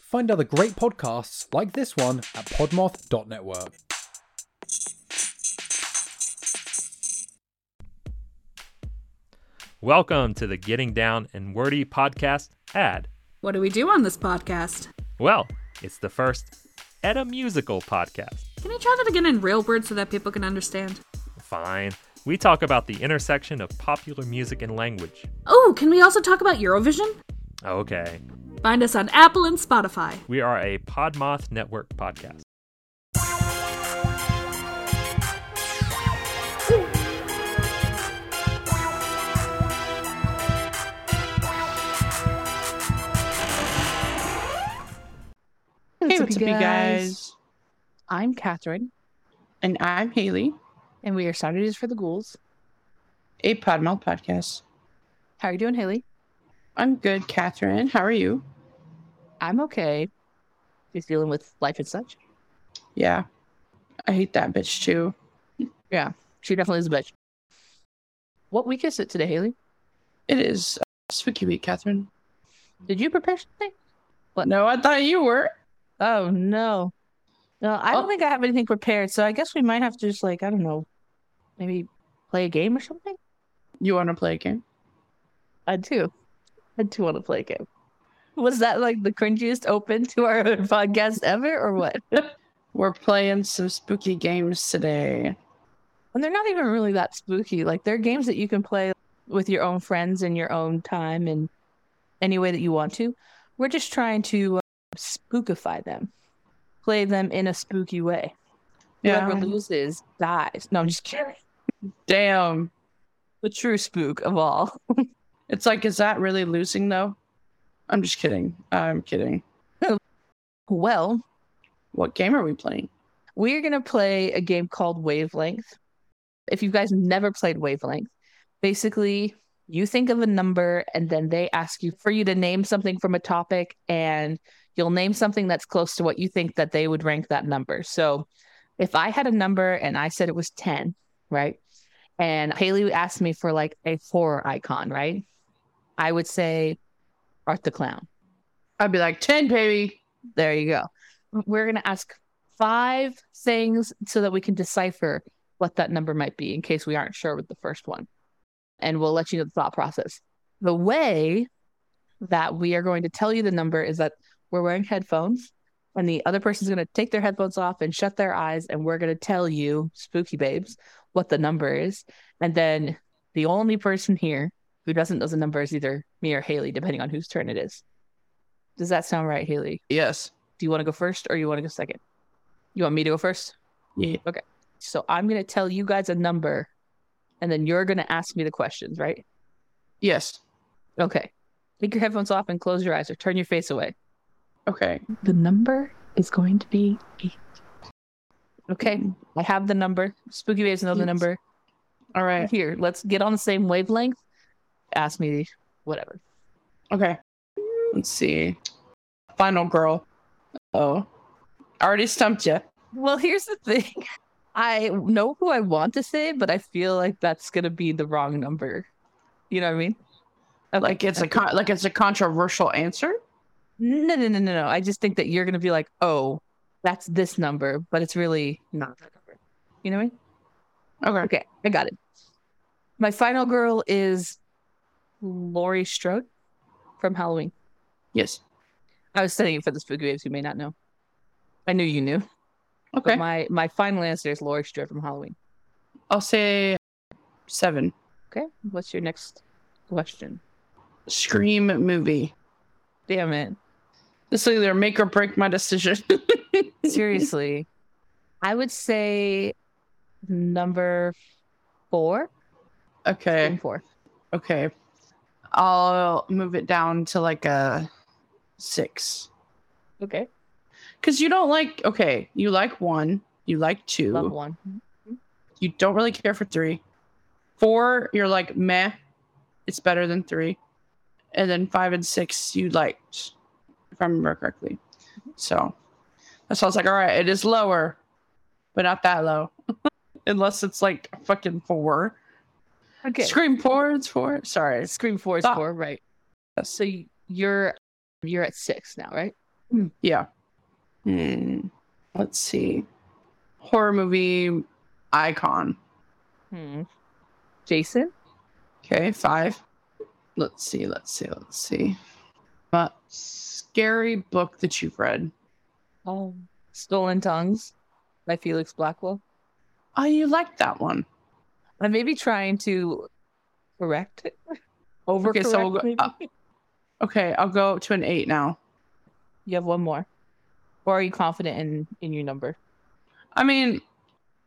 Find other great podcasts like this one at podmoth.network. Welcome to the Getting Down and Wordy podcast ad. What do we do on this podcast? Well, it's the first Edda musical podcast. Can you try that again in real words so that people can understand? Fine. We talk about the intersection of popular music and language. Oh, can we also talk about Eurovision? Okay. Find us on Apple and Spotify. We are a Podmoth Network podcast. Hey, what's up, you guys? I'm Catherine, And I'm Haley, and we are Saturdays for the Ghouls. a Podmalt podcast. How are you doing, Haley? I'm good, Catherine. How are you? I'm okay. Just dealing with life and such. Yeah. I hate that bitch too. She definitely is a bitch. What week is it today, Haley? It is a spooky week, Catherine. Did you prepare something? No, I thought you were. Oh no, no, I don't Oh. think I have anything prepared. So I guess we might have to just like I don't know, maybe play a game or something. You want to play a game? I do. I do want to play a game. Was that like the cringiest open to our own podcast ever, or what? We're playing some spooky games today. And they're not even really that spooky. Like they're games that you can play with your own friends in your own time and any way that you want to. We're just trying to uh, spookify them, play them in a spooky way. Whoever loses dies. No, I'm just kidding. Damn. The true spook of all. It's like, is that really losing though? I'm just kidding. I'm kidding. Well, What game are we playing? we're going to play a game called Wavelength. If you guys never played Wavelength, basically you think of a number and then they ask you for you to name something from a topic and you'll name something that's close to what you think that they would rank that number. So if I had a number and I said it was 10, right? And Haley asked me for like a horror icon, right? I would say Art the Clown. I'd be like, 10, baby. There you go. We're going to ask five things so that we can decipher what that number might be in case we aren't sure with the first one. And we'll let you know the thought process. The way that we are going to tell you the number is that we're wearing headphones and the other person's going to take their headphones off and shut their eyes. And we're going to tell you, spooky babes, what the number is. And then the only person here who doesn't know the number is either me or Haley, depending on whose turn it is. Does that sound right, Haley? Yes. Do you want to go first or you want to go second? You want me to go first? Yeah. So I'm going to tell you guys a number and then you're going to ask me the questions, right? Yes. Okay. Take your headphones off and close your eyes or turn your face away. Okay. The number is going to be eight. Okay. I have the number. Spooky Waves know the Yes. number. All right. Here, let's get on the same wavelength. Ask me whatever. Okay. Let's see. Final girl. Oh. I already stumped you. Well, here's the thing. I know who I want to say, but I feel like that's gonna be the wrong number. You know what I mean? Okay. Like it's a con- like it's a controversial answer. no, no, no, no, no. I just think that you're gonna be like, oh, that's this number, but it's really not that number. You know what I mean? Okay. Okay, I got it. My final girl is Laurie Strode from Halloween. Yes. I was studying it for the spooky waves. You may not know. I knew you knew. Okay. But my my final answer is Laurie Strode from Halloween. I'll say seven. Okay, what's your next question? Scream movie. Damn it. This will either make or break my decision. Seriously. I would say number four. Number okay. Four. Okay. I'll move it down to like a six. Okay. Cause you don't like okay, you like one, you like two, Love one. you don't really care for three. Four, you're like meh, it's better than three. And then five and six you liked, if I remember correctly. So that sounds like all right, it is lower, but not that low. Unless it's like fucking four. Okay. Scream, Scream four, it's four. Sorry. four is Ah. four, right? Yes. So y- you're you're at six now, right? Yeah. Hmm. Let's see. Horror movie icon. Hmm. Jason? Okay, five. Let's see. Let's see. Let's see. Uh, scary book that you've read. Oh. Stolen Tongues by Felix Blackwell. Oh, you liked that one. I may be trying to correct it. Overcorrect. so we'll go- maybe? uh, Okay, I'll go to an eight now. you have one more. Or are you confident in in your number? I mean,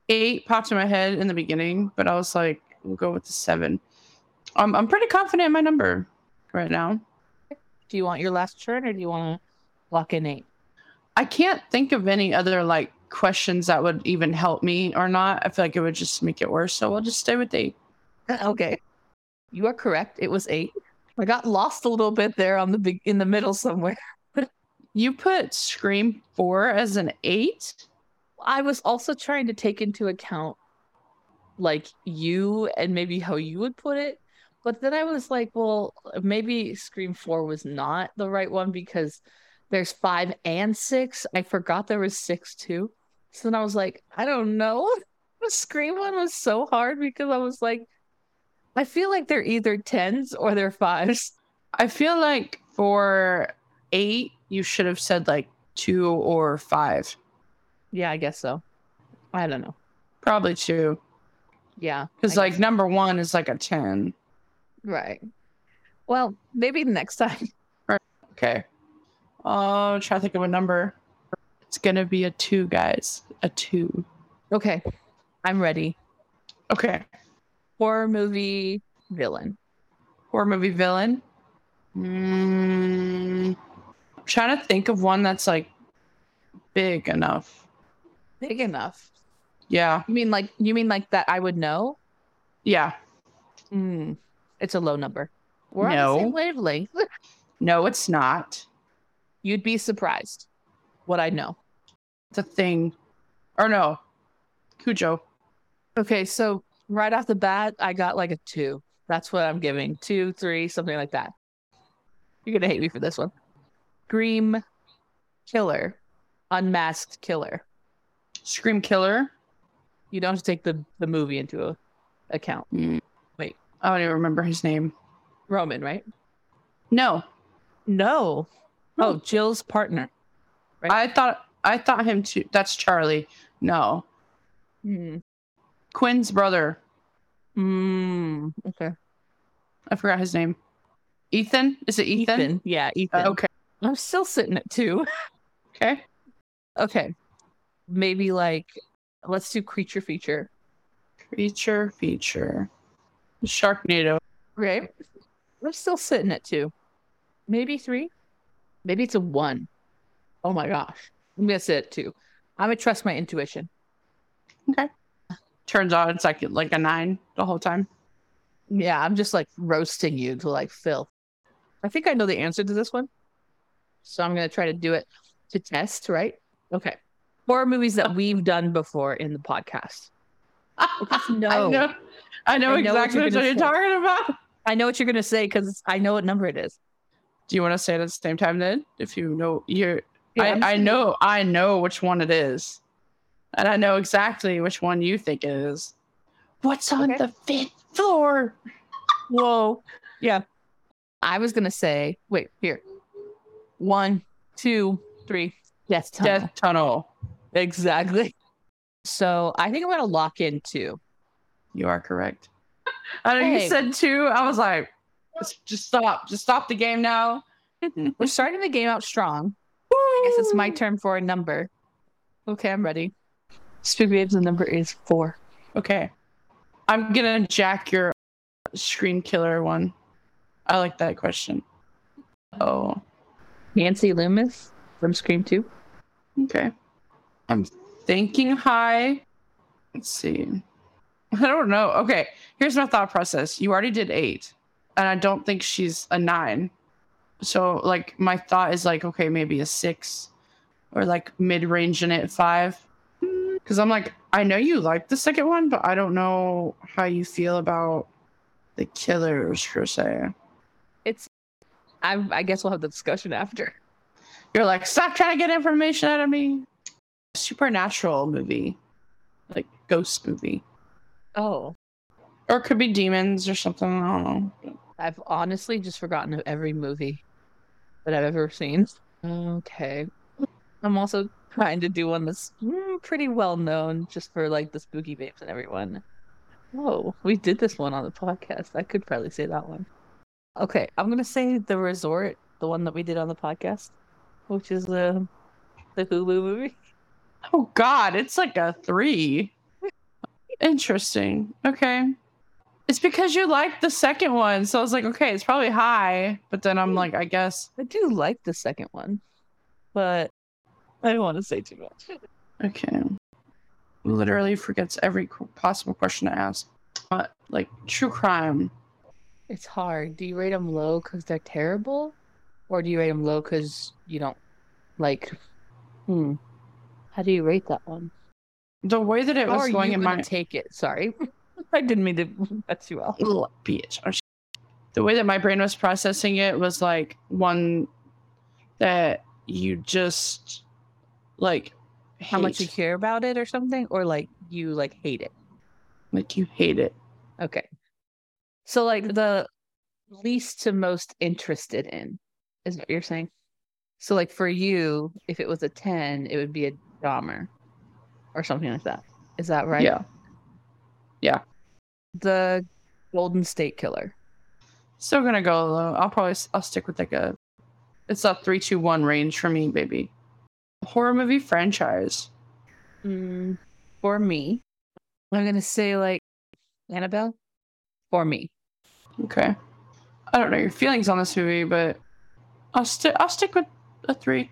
eight popped in my head in the beginning, but I was like, we'll go with the seven. Um, I'm pretty confident in my number right now. Do you want your last turn or do you want to lock in eight? I can't think of any other like questions that would even help me or not. I feel like it would just make it worse. So we'll just stay with eight. okay. You are correct. It was eight. I got lost a little bit there on the big in the middle somewhere. You put Scream four as an eight. I was also trying to take into account like you and maybe how you would put it. But then I was like, well, maybe Scream 4 was not the right one because there's five and six. I forgot there was six too. So then I was like, I don't know. The Scream one was so hard because I was like, I feel like they're either tens or they're fives. I feel like for eight, you should have said like two or five. Yeah, I guess so. I don't know. Probably two. Yeah. Because I like number one is like a ten. Right. Well, maybe next time. Okay. Oh, try to think of a number. It's gonna be a two, guys. A two. Okay. I'm ready. Okay. Horror movie villain. Horror movie villain. Mm, I'm trying to think of one that's like big enough. Big enough. Yeah. You mean like you mean like that I would know? Yeah. Mm. It's a low number. We're on the No. same wavelength. No, it's not. You'd be surprised what I know. The thing. Or no. Cujo. Okay, so right off the bat, I got like a two. That's what I'm giving. Two, three, something like that. You're gonna hate me for this one. Scream killer. Unmasked killer. Scream killer. You don't have to take the, the movie into a, account. Mm. Wait. I don't even remember his name. Roman, right? No. No. Oh, Jill's partner. I thought I thought him too. That's Charlie. No. Mm. Quinn's brother. Mm. Okay. I forgot his name. Ethan? Is it Ethan? Yeah, Uh, Ethan. okay. I'm still sitting at two. Okay. okay. Maybe like let's do creature feature. Creature feature. Sharknado. Right. We're still sitting at two. Maybe three. Maybe it's a one. Oh my gosh. I'm gonna sit at two. I'm gonna trust my intuition. Turns out it's like like a nine the whole time. Yeah, I'm just like roasting you to like Phil. I think I know the answer to this one. So I'm gonna try to do it to test, right? Okay. Horror movies that we've done before in the podcast. Because I no. know, I know Oh. I know what exactly you're what gonna you're say. talking about. I know what you're gonna say because I know what number it is. Do you want to say it at the same time then? If you know you're Yeah, I'm I, I saying- know I know which one it is. And I know exactly which one you think it is. What's on Okay. the fifth floor? Whoa. Yeah. I was gonna say, wait, here. One, two, three. Death tunnel. Death tunnel. Exactly. So I think I'm gonna lock in two. You are correct. I know Hey. you said two. I was like, just- just stop. Just stop the game now. We're starting the game out strong. I guess it's my turn for a number. Okay, I'm ready. Spook Babes, the number is four. Okay. I'm going to jack your screen killer one. I like that question. Oh, Nancy Loomis from Scream 2. okay. I'm thinking high. Let's see. I don't know. Okay. Here's my thought process. You already did eight, and I don't think she's a nine. So, like, my thought is like, okay, maybe a six or like mid range in it, five. Cause I'm like, I know you like the second one, but I don't know how you feel about the killers per se. I, I guess we'll have the discussion after. You're like, stop trying to get information out of me. Supernatural movie, like ghost movie, Oh, or it could be demons or something. I don't know. I've honestly just forgotten of every movie that I've ever seen. Okay. I'm also trying to do one that's mm, pretty well known just for like the spooky babes and everyone. Oh, we did this one on the podcast. I could probably say that one. Okay, I'm gonna say the resort, the one that we did on the podcast, which is the the Hulu movie. Oh God, it's like a three. Interesting. Okay. It's because you liked the second one, so I was like, okay, it's probably high. But then I'm like, I guess I do like the second one, but I don't want to say too much. Okay. Literally forgets every qu- possible question to ask. Uh, like true crime. It's hard. Do you rate them low because they're terrible, or do you rate them low because you don't like? Hmm. How do you rate that one? The way that it How was are going you in gonna my take it? Sorry, I didn't mean to cut you off. Ugh, bitch. Oh, sh- The way that my brain was processing it was like one that you just like hate. How much you care about it, or something, or like you like hate it. like you hate it. Okay, so like the least to most interested in is what you're saying. So like for you, if it was a ten, it would be a Dahmer, or something like that. Is that right? Yeah. the Golden State Killer. Still gonna go low. I'll probably s- I'll stick with like a it's a three two one range for me, baby. Horror movie franchise. Mm, for me, I'm gonna say like Annabelle. For me, Okay. I don't know your feelings on this movie, but I'll stick. I'll stick with a three. do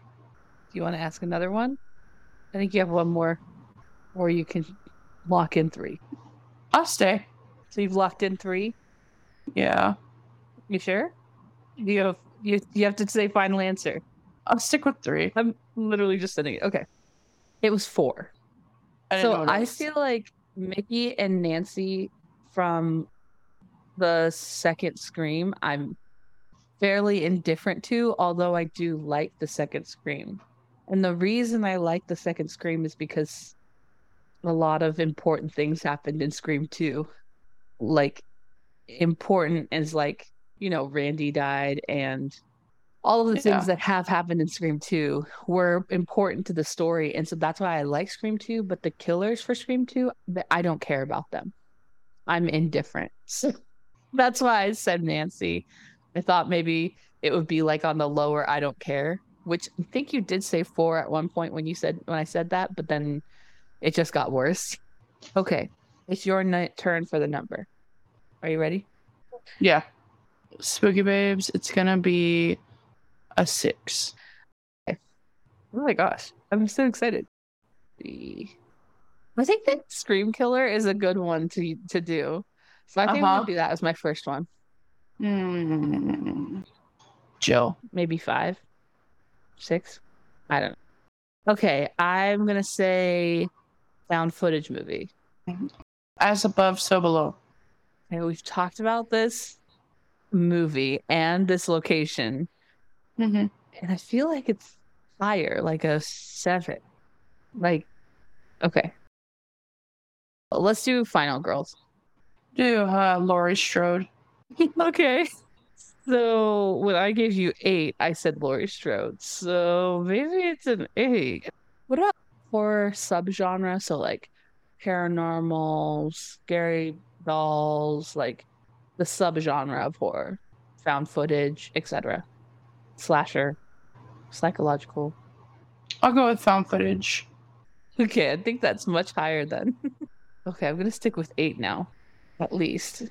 you want to ask another one? I think you have one more, or you can lock in three. I'll stay. So you've locked in three. Yeah. You sure? You have you you have to say final answer. I'll stick with three. I'm literally just sending it. Okay, it was four. didn't know so what it I was. feel like Mickey and Nancy from the second Scream, I'm fairly indifferent to, although I do like the second Scream. And the reason I like the second Scream is because a lot of important things happened in Scream 2. Like, important is like, you know, Randy died and all of the Yeah. things that have happened in Scream 2 were important to the story. And so that's why I like Scream 2. But the killers for Scream 2, th- I don't care about them. I'm indifferent. So that's why I said Nancy. I thought maybe it would be like on the lower I don't care, which I think you did say four at one point when you said when I said that, but then it just got worse. Okay. It's your ni- turn for the number. Are you ready? Yeah. Spooky Babes. It's gonna be a six. Oh my gosh, I'm so excited. The- I think that Scream Killer is a good one to to do. So I think I'm Uh-huh. gonna do that as my first one. Hmm. Mm. Jill. Maybe five, six. I don't know. Okay, I'm gonna say found footage movie. As above, so below. Okay, we've talked about this movie and this location, Mm-hmm. and I feel like it's higher, like a seven. Like, okay. Well, let's do Final Girls. Do uh, Laurie Strode. okay. So when I gave you eight, I said Laurie Strode. So maybe it's an eight. What about horror subgenre? So like paranormal, scary dolls, like the subgenre of horror, found footage, etc. Slasher, psychological. I'll go with found footage. Okay, I think that's much higher then. okay, I'm gonna stick with eight now, at least.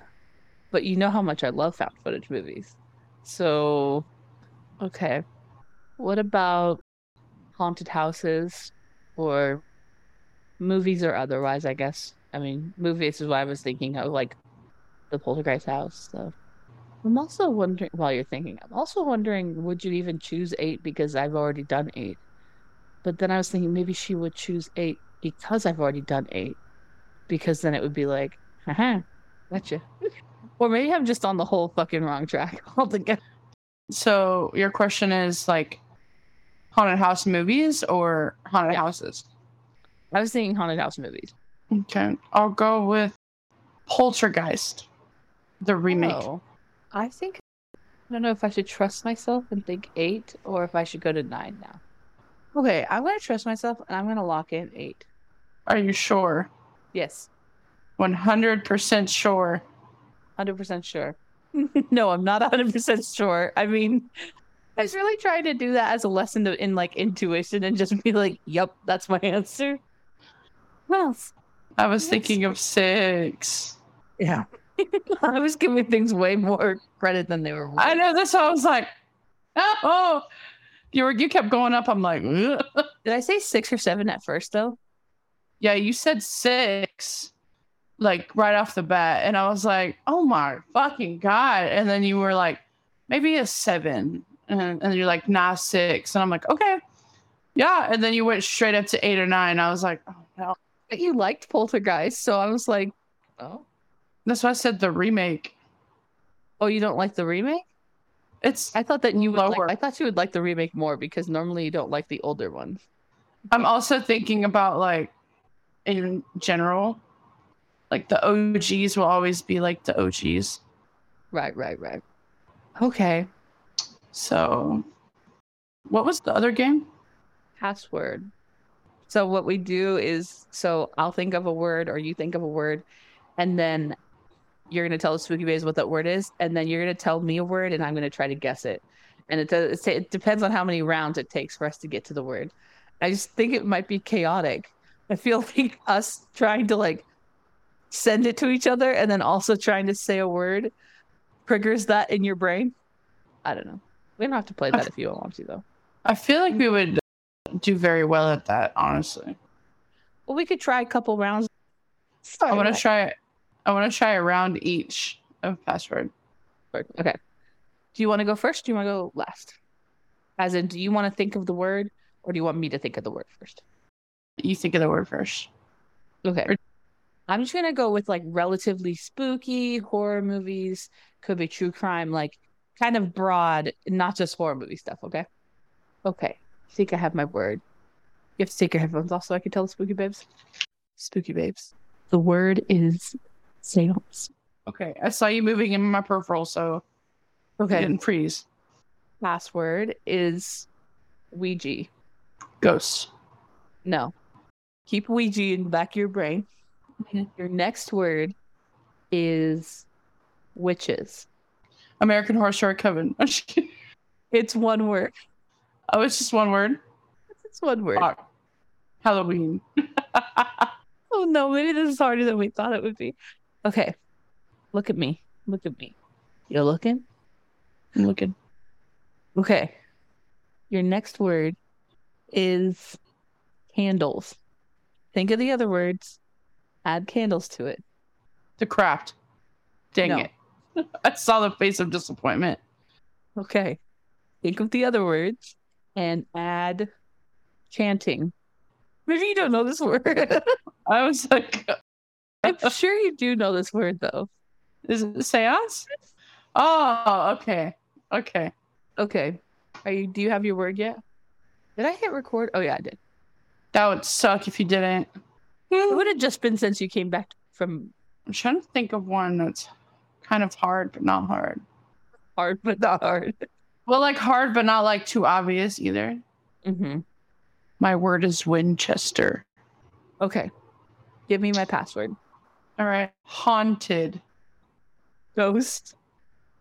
But you know how much I love found footage movies. So, okay. What about haunted houses or movies or otherwise, I guess? I mean, movies is what I was thinking of, like the Poltergeist house. So, I'm also wondering, while you're thinking, I'm also wondering, would you even choose eight because I've already done eight? But then I was thinking maybe she would choose eight because I've already done eight, because then it would be like, haha, gotcha. or maybe I'm just on the whole fucking wrong track altogether. So your question is like, haunted house movies or haunted Yeah. houses? I was thinking haunted house movies. Okay, I'll go with Poltergeist, the remake. Oh. I think I don't know if I should trust myself and think eight or if I should go to nine now. Okay, I'm gonna trust myself and I'm gonna lock in eight. Are you sure? Yes, One hundred percent sure. hundred percent sure. no, I'm not hundred percent sure. I mean, I was really trying to do that as a lesson to, in like intuition and just be like, "Yep, that's my answer." What else? I was Yes. thinking of six. Yeah, I was giving things way more credit than they were. Worth. I know this. I was like, oh, oh. you were you kept going up. I'm like, "Ugh." Did I say six or seven at first though? yeah, you said six, like right off the bat, and I was like, oh my fucking god. And then you were like, maybe a seven, and, and you're like, nah, six, and I'm like, okay, yeah. And then you went straight up to eight or nine. I was like, oh no. But you liked Poltergeist, so I was like, "Oh, That's why I said the remake. oh, you don't like the remake?" It's I thought that you would. Like, Lower. I thought you would like the remake more because normally you don't like the older one. I'm also thinking about like in general, like the OGs will always be like the OGs. Right, right, right. Okay. So, what was the other game? Password. So what we do is, so I'll think of a word, or you think of a word, and then you're gonna tell the spooky bays what that word is, and then you're gonna tell me a word, and I'm gonna try to guess it. And it does. it's- It depends on how many rounds it takes for us to get to the word. I just think it might be chaotic. I feel like us trying to like send it to each other and then also trying to say a word triggers that in your brain. I don't know. We don't have to play that if you don't want to though. I feel like we would do very well at that, honestly. Well, we could try a couple rounds. I want to try. I want to try a round each of password. try. Okay. Do you want to go first? do you want to go last? As in, do you want to think of the word, or do you want me to think of the word first? You think of the word first. Okay. Or- I'm just gonna go with like relatively spooky horror movies. Could be true crime, like kind of broad, not just horror movie stuff. Okay. Okay. I think I have my word. You have to take your headphones off so I can tell the spooky babes. Spooky babes. The word is seance. Okay, I saw you moving in my peripheral, so I Okay. didn't freeze. password is Ouija. Ghost. No. Keep Ouija in the back of your brain. Mhm. Your next word is witches. American Horror Story Coven. oh, It's one word. it's just one word. It's one word. Fuck. Halloween. Oh no, maybe this is harder than we thought it would be. Okay. Look at me. Look at me. You're looking? I'm looking. Okay. Your next word is candles. Think of the other words. Add candles to it. The craft. Dang No. it. I saw the face of disappointment. Okay. Think of the other words and add chanting. Maybe you don't know this word. I was like, I'm sure you do know this word though. is it seance? Oh, okay. Okay. Okay. Are you do you have your word yet? Did I hit record? Oh yeah, I did. That would suck if you didn't. It would have just been since you came back from I'm trying to think of one that's kind of hard, but not hard. hard but not hard. Well, like hard, but not like too obvious either. Mm-hmm. My word is Winchester. Okay. Give me my password. All right. Haunted Ghost.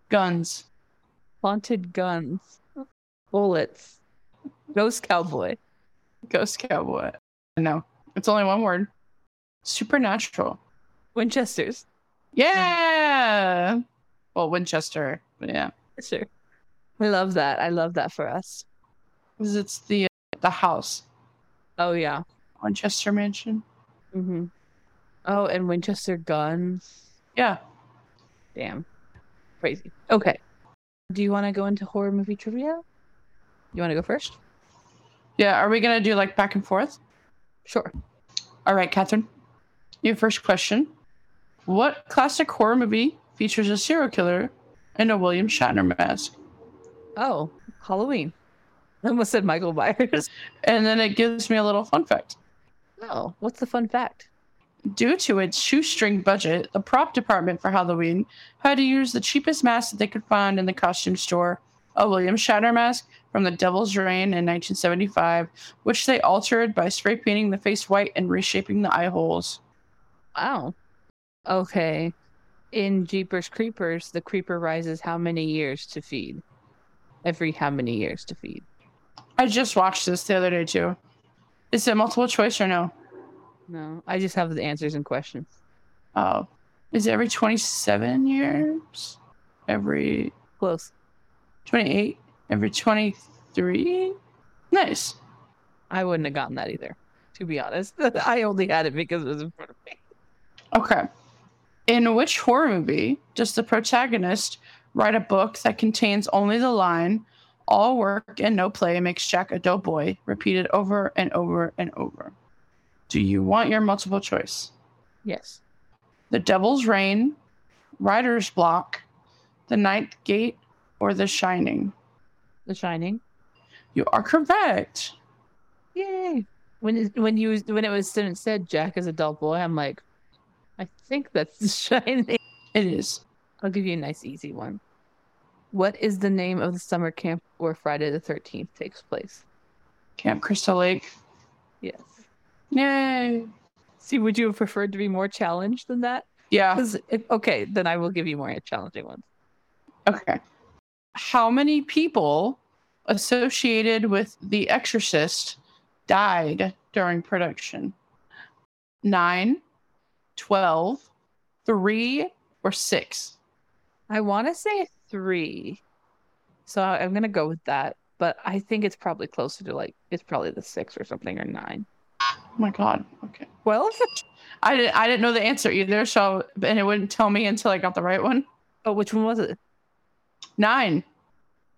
guns. Haunted guns. Bullets. Ghost cowboy. Ghost cowboy. No, it's only one word. Supernatural. Winchesters. Yeah. Well, Winchester. But yeah. Sure. I love that. I love that for us. 'Cause it's the the house. Oh yeah. Winchester Mansion. Mm-hmm. Oh, and Winchester guns. Yeah. Damn. Crazy. Okay. Do you want to go into horror movie trivia? You want to go first? Yeah. Are we gonna do like back and forth? Sure. All right, Catherine. Your first question. What classic horror movie features a serial killer and a William Shatner mask? Oh, Halloween. I almost said Michael Myers. And then it gives me a little fun fact. No. Oh, What's the fun fact? Due to its shoestring budget, the prop department for Halloween had to use the cheapest mask that they could find in the costume store, a William Shatner mask from The Devil's Reign in 1975, which they altered by spray painting the face white and reshaping the eye holes. Wow. Okay. In Jeepers Creepers, the creeper rises how many years to feed? Every how many years to feed? I just watched this the other day too. Is it multiple choice or no? No, I just have the answers in question. Oh, is it every 27 years? Every Close. 28? Every 23? Nice. I wouldn't have gotten that either, to be honest. I only had it because it was in front of me. Okay. In which horror movie does the protagonist write a book that contains only the line, all work and no play makes Jack a doughboy, repeated over and over and over? Do you want your multiple choice? Yes. The Devil's Reign, Writer's Block, The Ninth Gate, or The Shining? The Shining. You are correct. Yay! When it, when you was- when it was when it said Jack is a dull boy, I'm like, I think that's the Shining. It is. I'll give you a nice easy one. What is the name of the summer camp where Friday the Thirteenth takes place? Camp Crystal Lake. Yes. Yay. See, would you have preferred to be more challenged than that? Yeah. 'Cause if- okay, then I will give you more challenging ones. Okay. How many people associated with The Exorcist died during production? Nine, 12, three, or six? I want to say three, so I- I'm gonna go with that. But I think it's probably closer to like it's probably the six or something or nine. Oh my God. Okay. Well, I didn't, I didn't know the answer either. So, and it wouldn't tell me until I got the right one. oh, which one was it? Nine.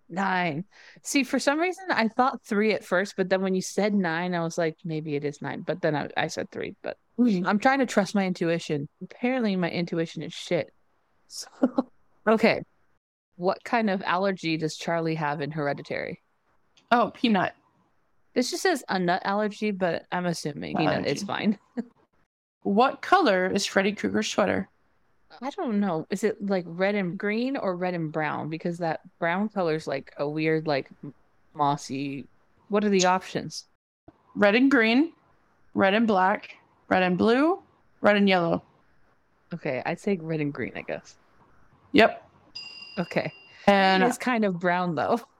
Nine. See, for some reason, I thought three at first, but then when you said nine, I was like, maybe it is nine. But then I, I said three. But I'm trying to trust my intuition. Apparently, my intuition is shit. So, okay. What kind of allergy does Charlie have in hereditary? Oh, peanut. This just says a nut allergy, but I'm assuming you know, it's Allergy. fine. What color is Freddy Krueger's sweater? I don't know. Is it like red and green or red and brown? Because that brown color is like a weird, like mossy. What are the options? Red and green, red and black, red and blue, red and yellow. Okay, I'd say red and green, I guess. Yep. Okay. And it is kind of brown though.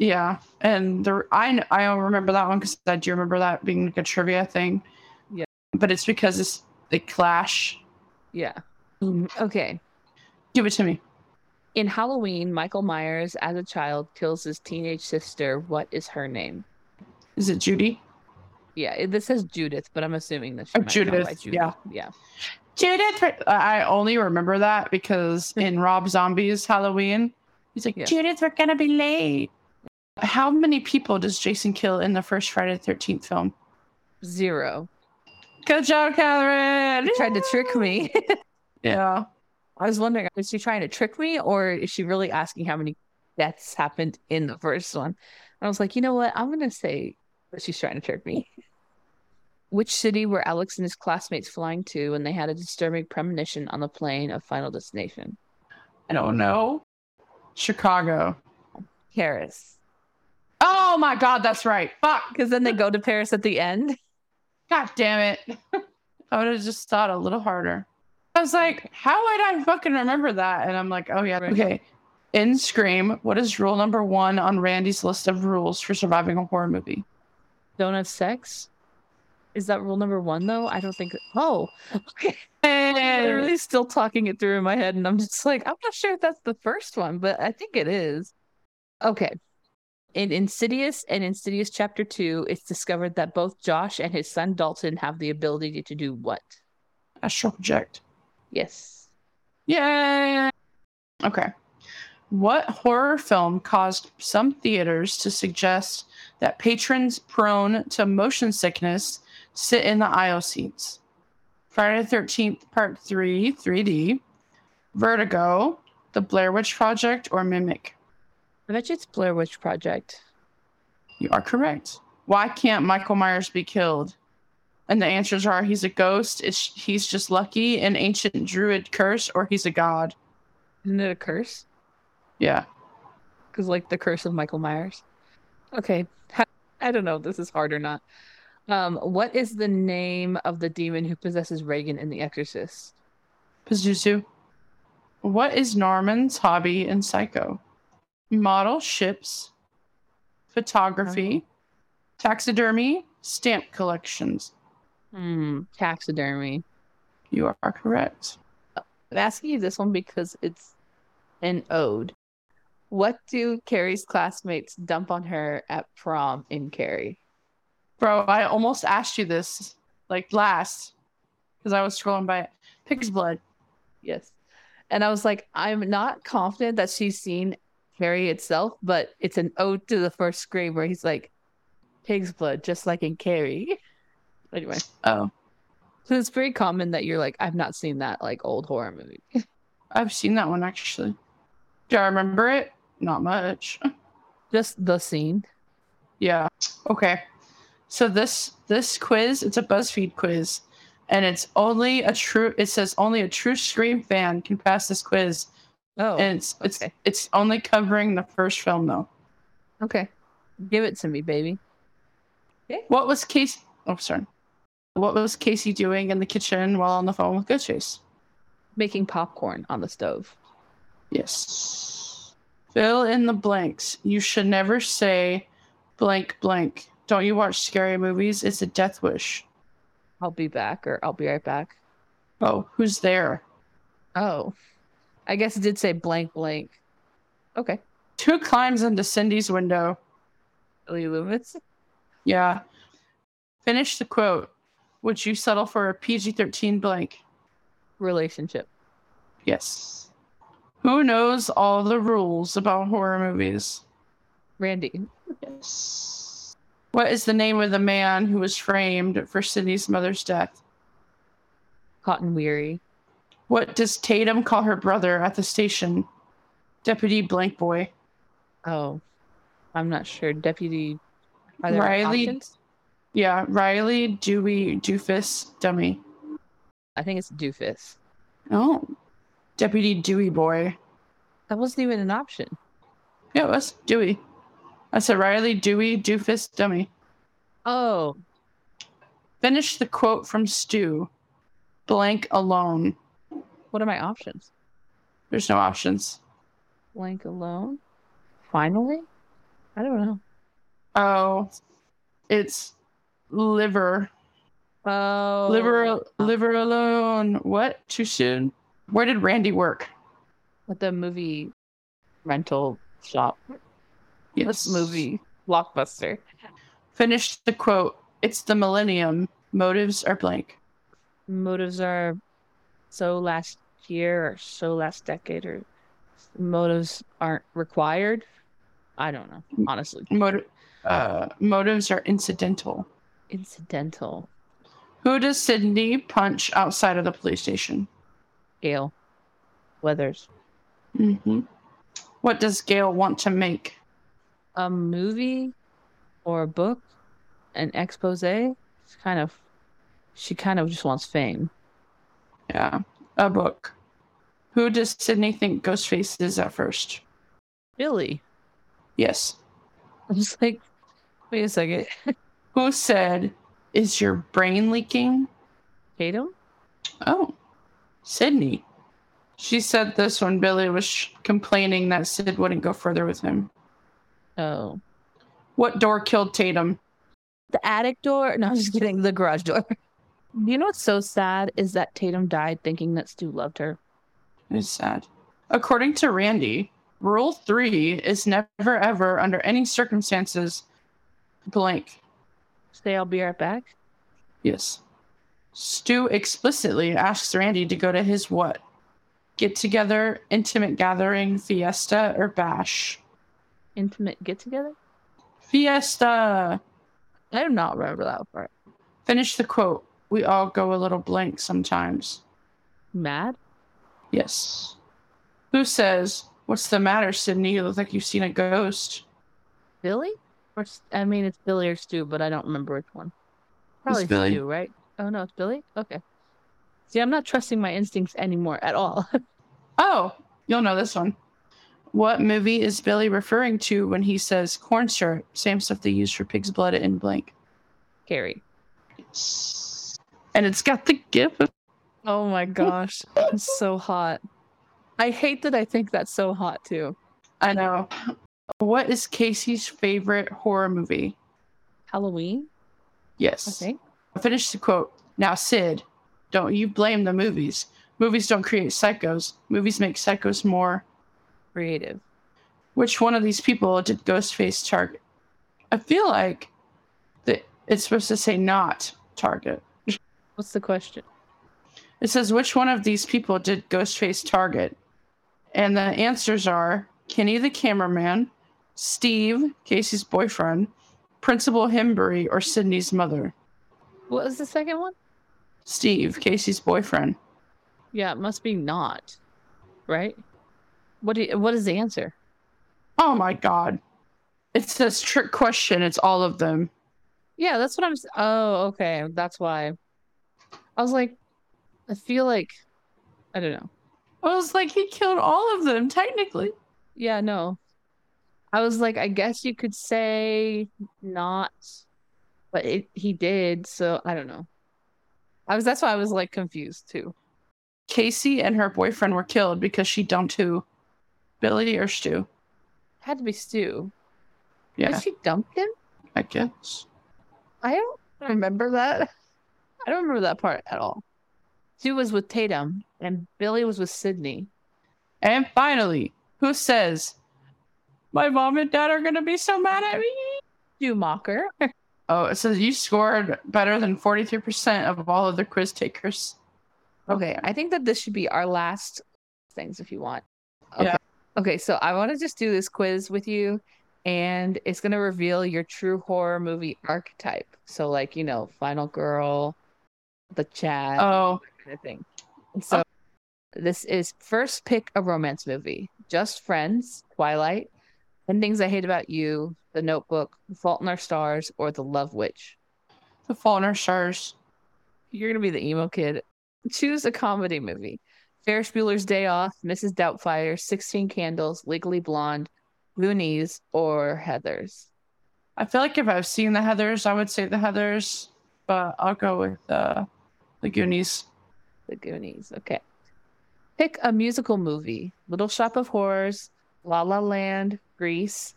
Yeah, and the I kn- I don't remember that one because I do remember that being like a trivia thing. Yeah. but it's because it's they clash. Yeah. Mm-hmm. Okay. Give it to me. In Halloween, Michael Myers, as a child, kills his teenage sister. What is her name? Is it Judy? Yeah, it, this says Judith, but I'm assuming that she Oh, might go Judith, by yeah. Yeah. Judith. Ri- uh, I I only remember that because in Rob Zombie's Halloween, he's like, Hmm. Yeah. Judith, we're gonna be late. How many people does Jason kill in the first Friday the Thirteenth film? Zero. Good job, Catherine. You tried to trick me. Yeah. I was wondering, is she trying to trick me or is she really asking how many deaths happened in the first one? And I was like, you know what? I'm going to say that she's trying to trick me. Which city were Alex and his classmates flying to when they had a disturbing premonition on the plane of Final Destination? I don't know. Chicago. Paris. Oh my God, that's right. Fuck. Because then they go to Paris at the end. God damn it. I would have just thought a little harder. I was like, how would I fucking remember that? And I'm like, oh yeah. Right. Okay. In Scream, what is rule number one on Randy's list of rules for surviving a horror movie? Don't have sex. Is that rule number one, though? I don't think. Oh, okay. I'm Hey. literally still talking it through in my head, and I'm just like, I'm not sure if that's the first one, but I think it is. Okay. In Insidious and Insidious Chapter 2, it's discovered that both Josh and his son Dalton have the ability to do what? Astral project. Yes. Yay. Okay. What horror film caused some theaters to suggest that patrons prone to motion sickness sit in the aisle seats? Friday the 13th, Part 3, 3D, Vertigo, The Blair Witch Project, or Mimic? I bet you it's Blair Witch Project. You are correct. Why can't Michael Myers be killed? And the answers are he's a ghost, it's, he's just lucky, an ancient druid curse, or he's a god. Isn't it a curse? Yeah. Because like the curse of Michael Myers. Okay, Ha- I don't know. If this is hard or not. Um, what is the name of the demon who possesses Reagan in The Exorcist? Pazuzu. What is Norman's hobby in Psycho? Model ships, photography, taxidermy, stamp collections. Hmm, taxidermy. You are correct. I'm asking you this one because it's an ode. What do Carrie's classmates dump on her at prom in Carrie? Bro, I almost asked you this like last because I was scrolling by it. Pig's blood. Yes. And I was like, I'm not confident that she's seen Carrie itself, but it's an ode to the first scream where he's like, pig's blood, just like in Carrie. Anyway, Oh, so it's very common that you're like, I've not seen that like old horror movie. I've seen that one actually. Do I remember it? Not much. Just the scene. Yeah. Okay. So this this quiz, it's a BuzzFeed quiz, and it's only a true. It says only a true Scream fan can pass this quiz, Oh, and it's it's okay. it's only covering the first film though. okay. Give it to me, baby. What was Casey? Oh, sorry. What was Casey doing in the kitchen while on the phone with Good Chase? Making popcorn on the stove. Yes. Fill in the blanks. You should never say blank blank. Don't you watch scary movies? It's a death wish. I'll be back or I'll be right back. Oh, who's there? Oh, I guess it did say blank blank. Okay. Two climbs into Cindy's window. Billy Loomis. Yeah. Finish the quote. Would you settle for a PG 13 blank? Relationship. Yes. Who knows all the rules about horror movies? Randy. Yes. What is the name of the man who was framed for Cindy's mother's death? Cotton Weary. What does Tatum call her brother at the station? Deputy Blank Boy. Oh, I'm not sure. Deputy. Are there Riley- options? Yeah, Riley Dewey Doofus Dummy. I think it's Doofus. Oh. Deputy Dewey Boy. That wasn't even an option. Yeah, it was Dewey. I said Riley Dewey Doofus Dummy. Oh, Finish the quote from Stu. Blank alone. what are my options? There's no options. Blank alone. Finally. I don't know. Oh, it's liver. Oh, Liver, liver alone. What? Too soon. Where did Randy work? At the movie rental shop. This movie blockbuster. Finish the quote. It's the millennium. Motives are blank. motives are so last year or so last decade or motives aren't required. I don't know, honestly. Motive, uh, motives are incidental. Incidental. Who does Sydney punch outside of the police station? Gail Weathers. Mm-hmm. What does Gail want to make? A movie or a book, an expose. It's kind of, she kind of just wants fame. Yeah, a book. Who does Sydney think Ghostface is at first? Really? Yes. I'm just like, wait a second. Who said, Is your brain leaking? Tatum? Oh, Sydney. She said this when Billy was sh- complaining that Sid wouldn't go further with him. Oh. What door killed Tatum? The attic door? No, I'm just kidding. The garage door. You know what's so sad is that Tatum died thinking that Stu loved her. It's sad. According to Randy, rule three is never ever, under any circumstances, blank. Say I'll be right back. Yes. Stu explicitly asks Randy to go to his what? Get together, intimate gathering, fiesta, or bash? Intimate get together. Fiesta! I do not remember that part. Finish the quote. We all go a little blank sometimes. Mad. Yes. Who says, What's the matter, Sydney? You look like you've seen a ghost. Billy Or, s- I mean, it's Billy or Stu, but I don't remember which one. Probably Billy. Stu, right? Oh no, it's Billy. Okay. See, I'm not trusting my instincts anymore at all. Oh, you'll know this one. What movie is Billy referring to when he says corn syrup? Same stuff they use for pig's blood in blank. Carrie. And it's got the gif of Oh my gosh, it's so hot. I hate that I think that's so hot too. I know. What is Casey's favorite horror movie? Halloween, I Yes. think. Finish the quote. Now, Sid, don't you blame the movies. Movies don't create psychos. Movies make psychos more. Creative. Which one of these people did Ghostface target? I feel like that it's supposed to say not target. What's the question? It says, which one of these people did Ghostface target? And the answers are Kenny the cameraman, Steve, Casey's boyfriend, Principal Hembury, or Sydney's mother. What was the second one? Steve, Casey's boyfriend. Yeah, it must be not, right? What do you, what is the answer? Oh my god. It says trick question. It's all of them. Yeah, that's what I'm. s- Oh, okay, that's why. I was like, I feel like, I don't know. I was like, he killed all of them, technically. Yeah, no. I was like, I guess you could say not, but it, he did. So I don't know. I was. That's why I was like confused too. Casey and her boyfriend were killed because she dumped who? Billy or Stu? Had to be Stu. Did Yeah, she dump him? I guess. I don't remember that. I don't remember that part at all. Stu was with Tatum and Billy was with Sydney. And finally, who says, My mom and dad are going to be so mad at me? Stu Mocker. Oh, it says you scored better than 43% of all other quiz takers. Okay, I think that this should be our last things if you want. Okay. Yeah. Okay, so I want to just do this quiz with you and it's going to reveal your true horror movie archetype. So like, you know, Final Girl, The Chat, Oh, that kind of thing. And so this is first pick a romance movie. Just Friends, Twilight, 10 Things I Hate About You, The Notebook, The Fault in Our Stars, or The Love Witch. the Fault in Our Stars. You're gonna be the emo kid. Choose a comedy movie: Ferris Bueller's Day Off, Mrs. Doubtfire, Sixteen Candles, Legally Blonde, Goonies, or Heather's. I feel like if I've seen the Heathers, I would say the Heathers, but I'll go with uh, the Goonies. The Goonies. Okay. Pick a musical movie: Little Shop of Horrors, La La Land, Grease,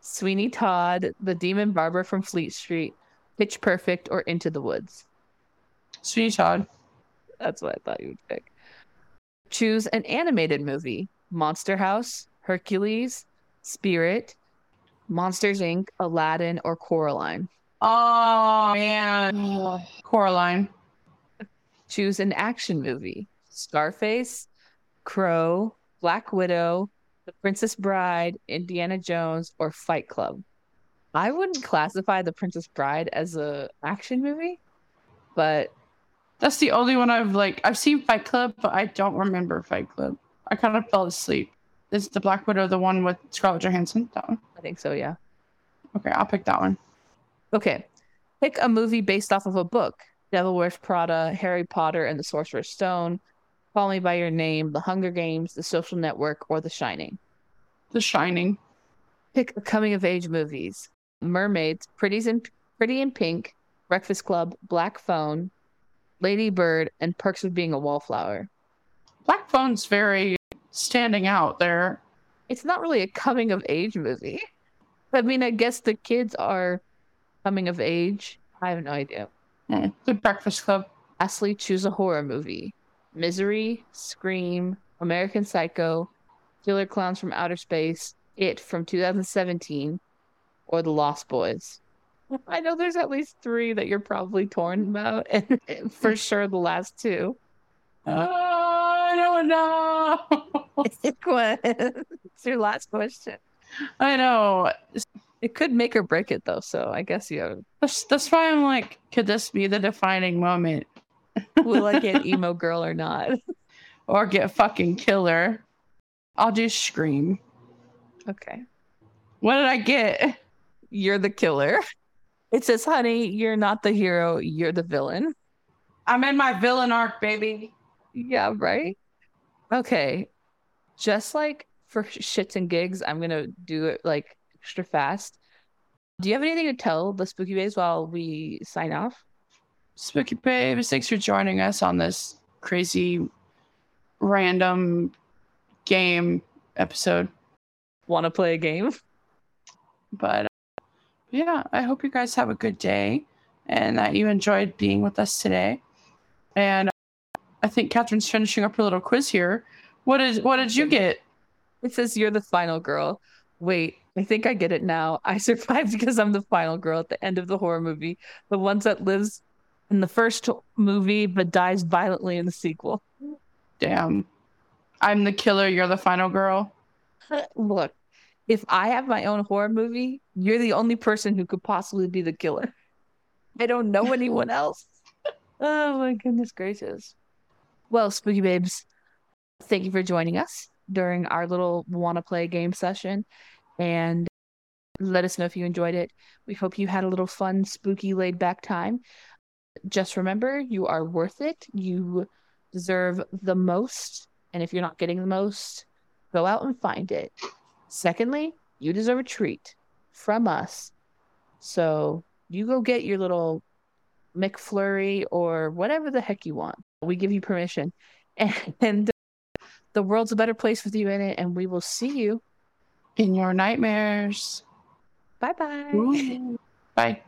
Sweeney Todd, The Demon Barber from Fleet Street, Pitch Perfect, or Into the Woods. Sweeney Todd. That's what I thought you would pick. Choose an animated movie Monster House, Hercules, Spirit, Monsters Inc., Aladdin, or Coraline. Oh, man. Ugh. Coraline. Choose an action movie Scarface, Crow, Black Widow, The Princess Bride, Indiana Jones, or Fight Club. I wouldn't classify The Princess Bride as a action movie, but That's the only one I've like. I've seen Fight Club, but I don't remember Fight Club. I kind of fell asleep. Is the Black Widow the one with Scarlett Johansson? That one. I think so, yeah. Okay, I'll pick that one. Okay. Pick a movie based off of a book. Devil Wears Prada, Harry Potter and the Sorcerer's Stone, Call Me by Your Name, The Hunger Games, The Social Network, or The Shining. The Shining. Pick a coming of age movies. Mermaids, Pretty's in Pretty in Pink, Breakfast Club, Black Phone, Lady Bird, and Perks of Being a Wallflower. Black Phone's very standing out there. It's not really a coming of age movie. I mean, I guess the kids are coming of age. I have no idea. Mm, The Breakfast Club. Lastly, choose a horror movie. Misery, Scream, American Psycho, Killer Clowns from Outer Space, It from 2017, or The Lost Boys. I know there's at least three that you're probably torn about, and for sure the last two. Uh, I don't know. it's your last question. I know. It could make or break it, though, so I guess you have. That's, that's why I'm like, could this be the defining moment? Will I get emo girl or not? Or get fucking killer? I'll do Scream. Okay. What did I get? you're the killer. It says, honey, you're not the hero, you're the villain. I'm in my villain arc, baby. Yeah, right? Okay. Just like for sh- shits and gigs, I'm going to do it like extra fast. Do you have anything to tell the spooky bays while we sign off? Spooky babes, thanks for joining us on this crazy, random game episode. Want to play a game? But uh, yeah, I hope you guys have a good day and that you enjoyed being with us today. And uh, I think Catherine's finishing up her little quiz here. What is what did you get? It says, you're the final girl. Wait, I think I get it now. I survived because I'm the final girl at the end of the horror movie, the ones that lives in the first movie but dies violently in the sequel. Damn. I'm the killer, you're the final girl. Look, if I have my own horror movie, you're the only person who could possibly be the killer. I don't know anyone else. Oh my goodness gracious. Well, spooky babes, thank you for joining us during our little wanna play game session and let us know if you enjoyed it. We hope you had a little fun, spooky, laid back time. Just remember, you are worth it. You deserve the most. And if you're not getting the most, go out and find it. Secondly, you deserve a treat from us. So you go get your little McFlurry or whatever the heck you want. We give you permission. And, and the world's a better place with you in it. And we will see you In your nightmares. Bye bye. Ooh. Bye.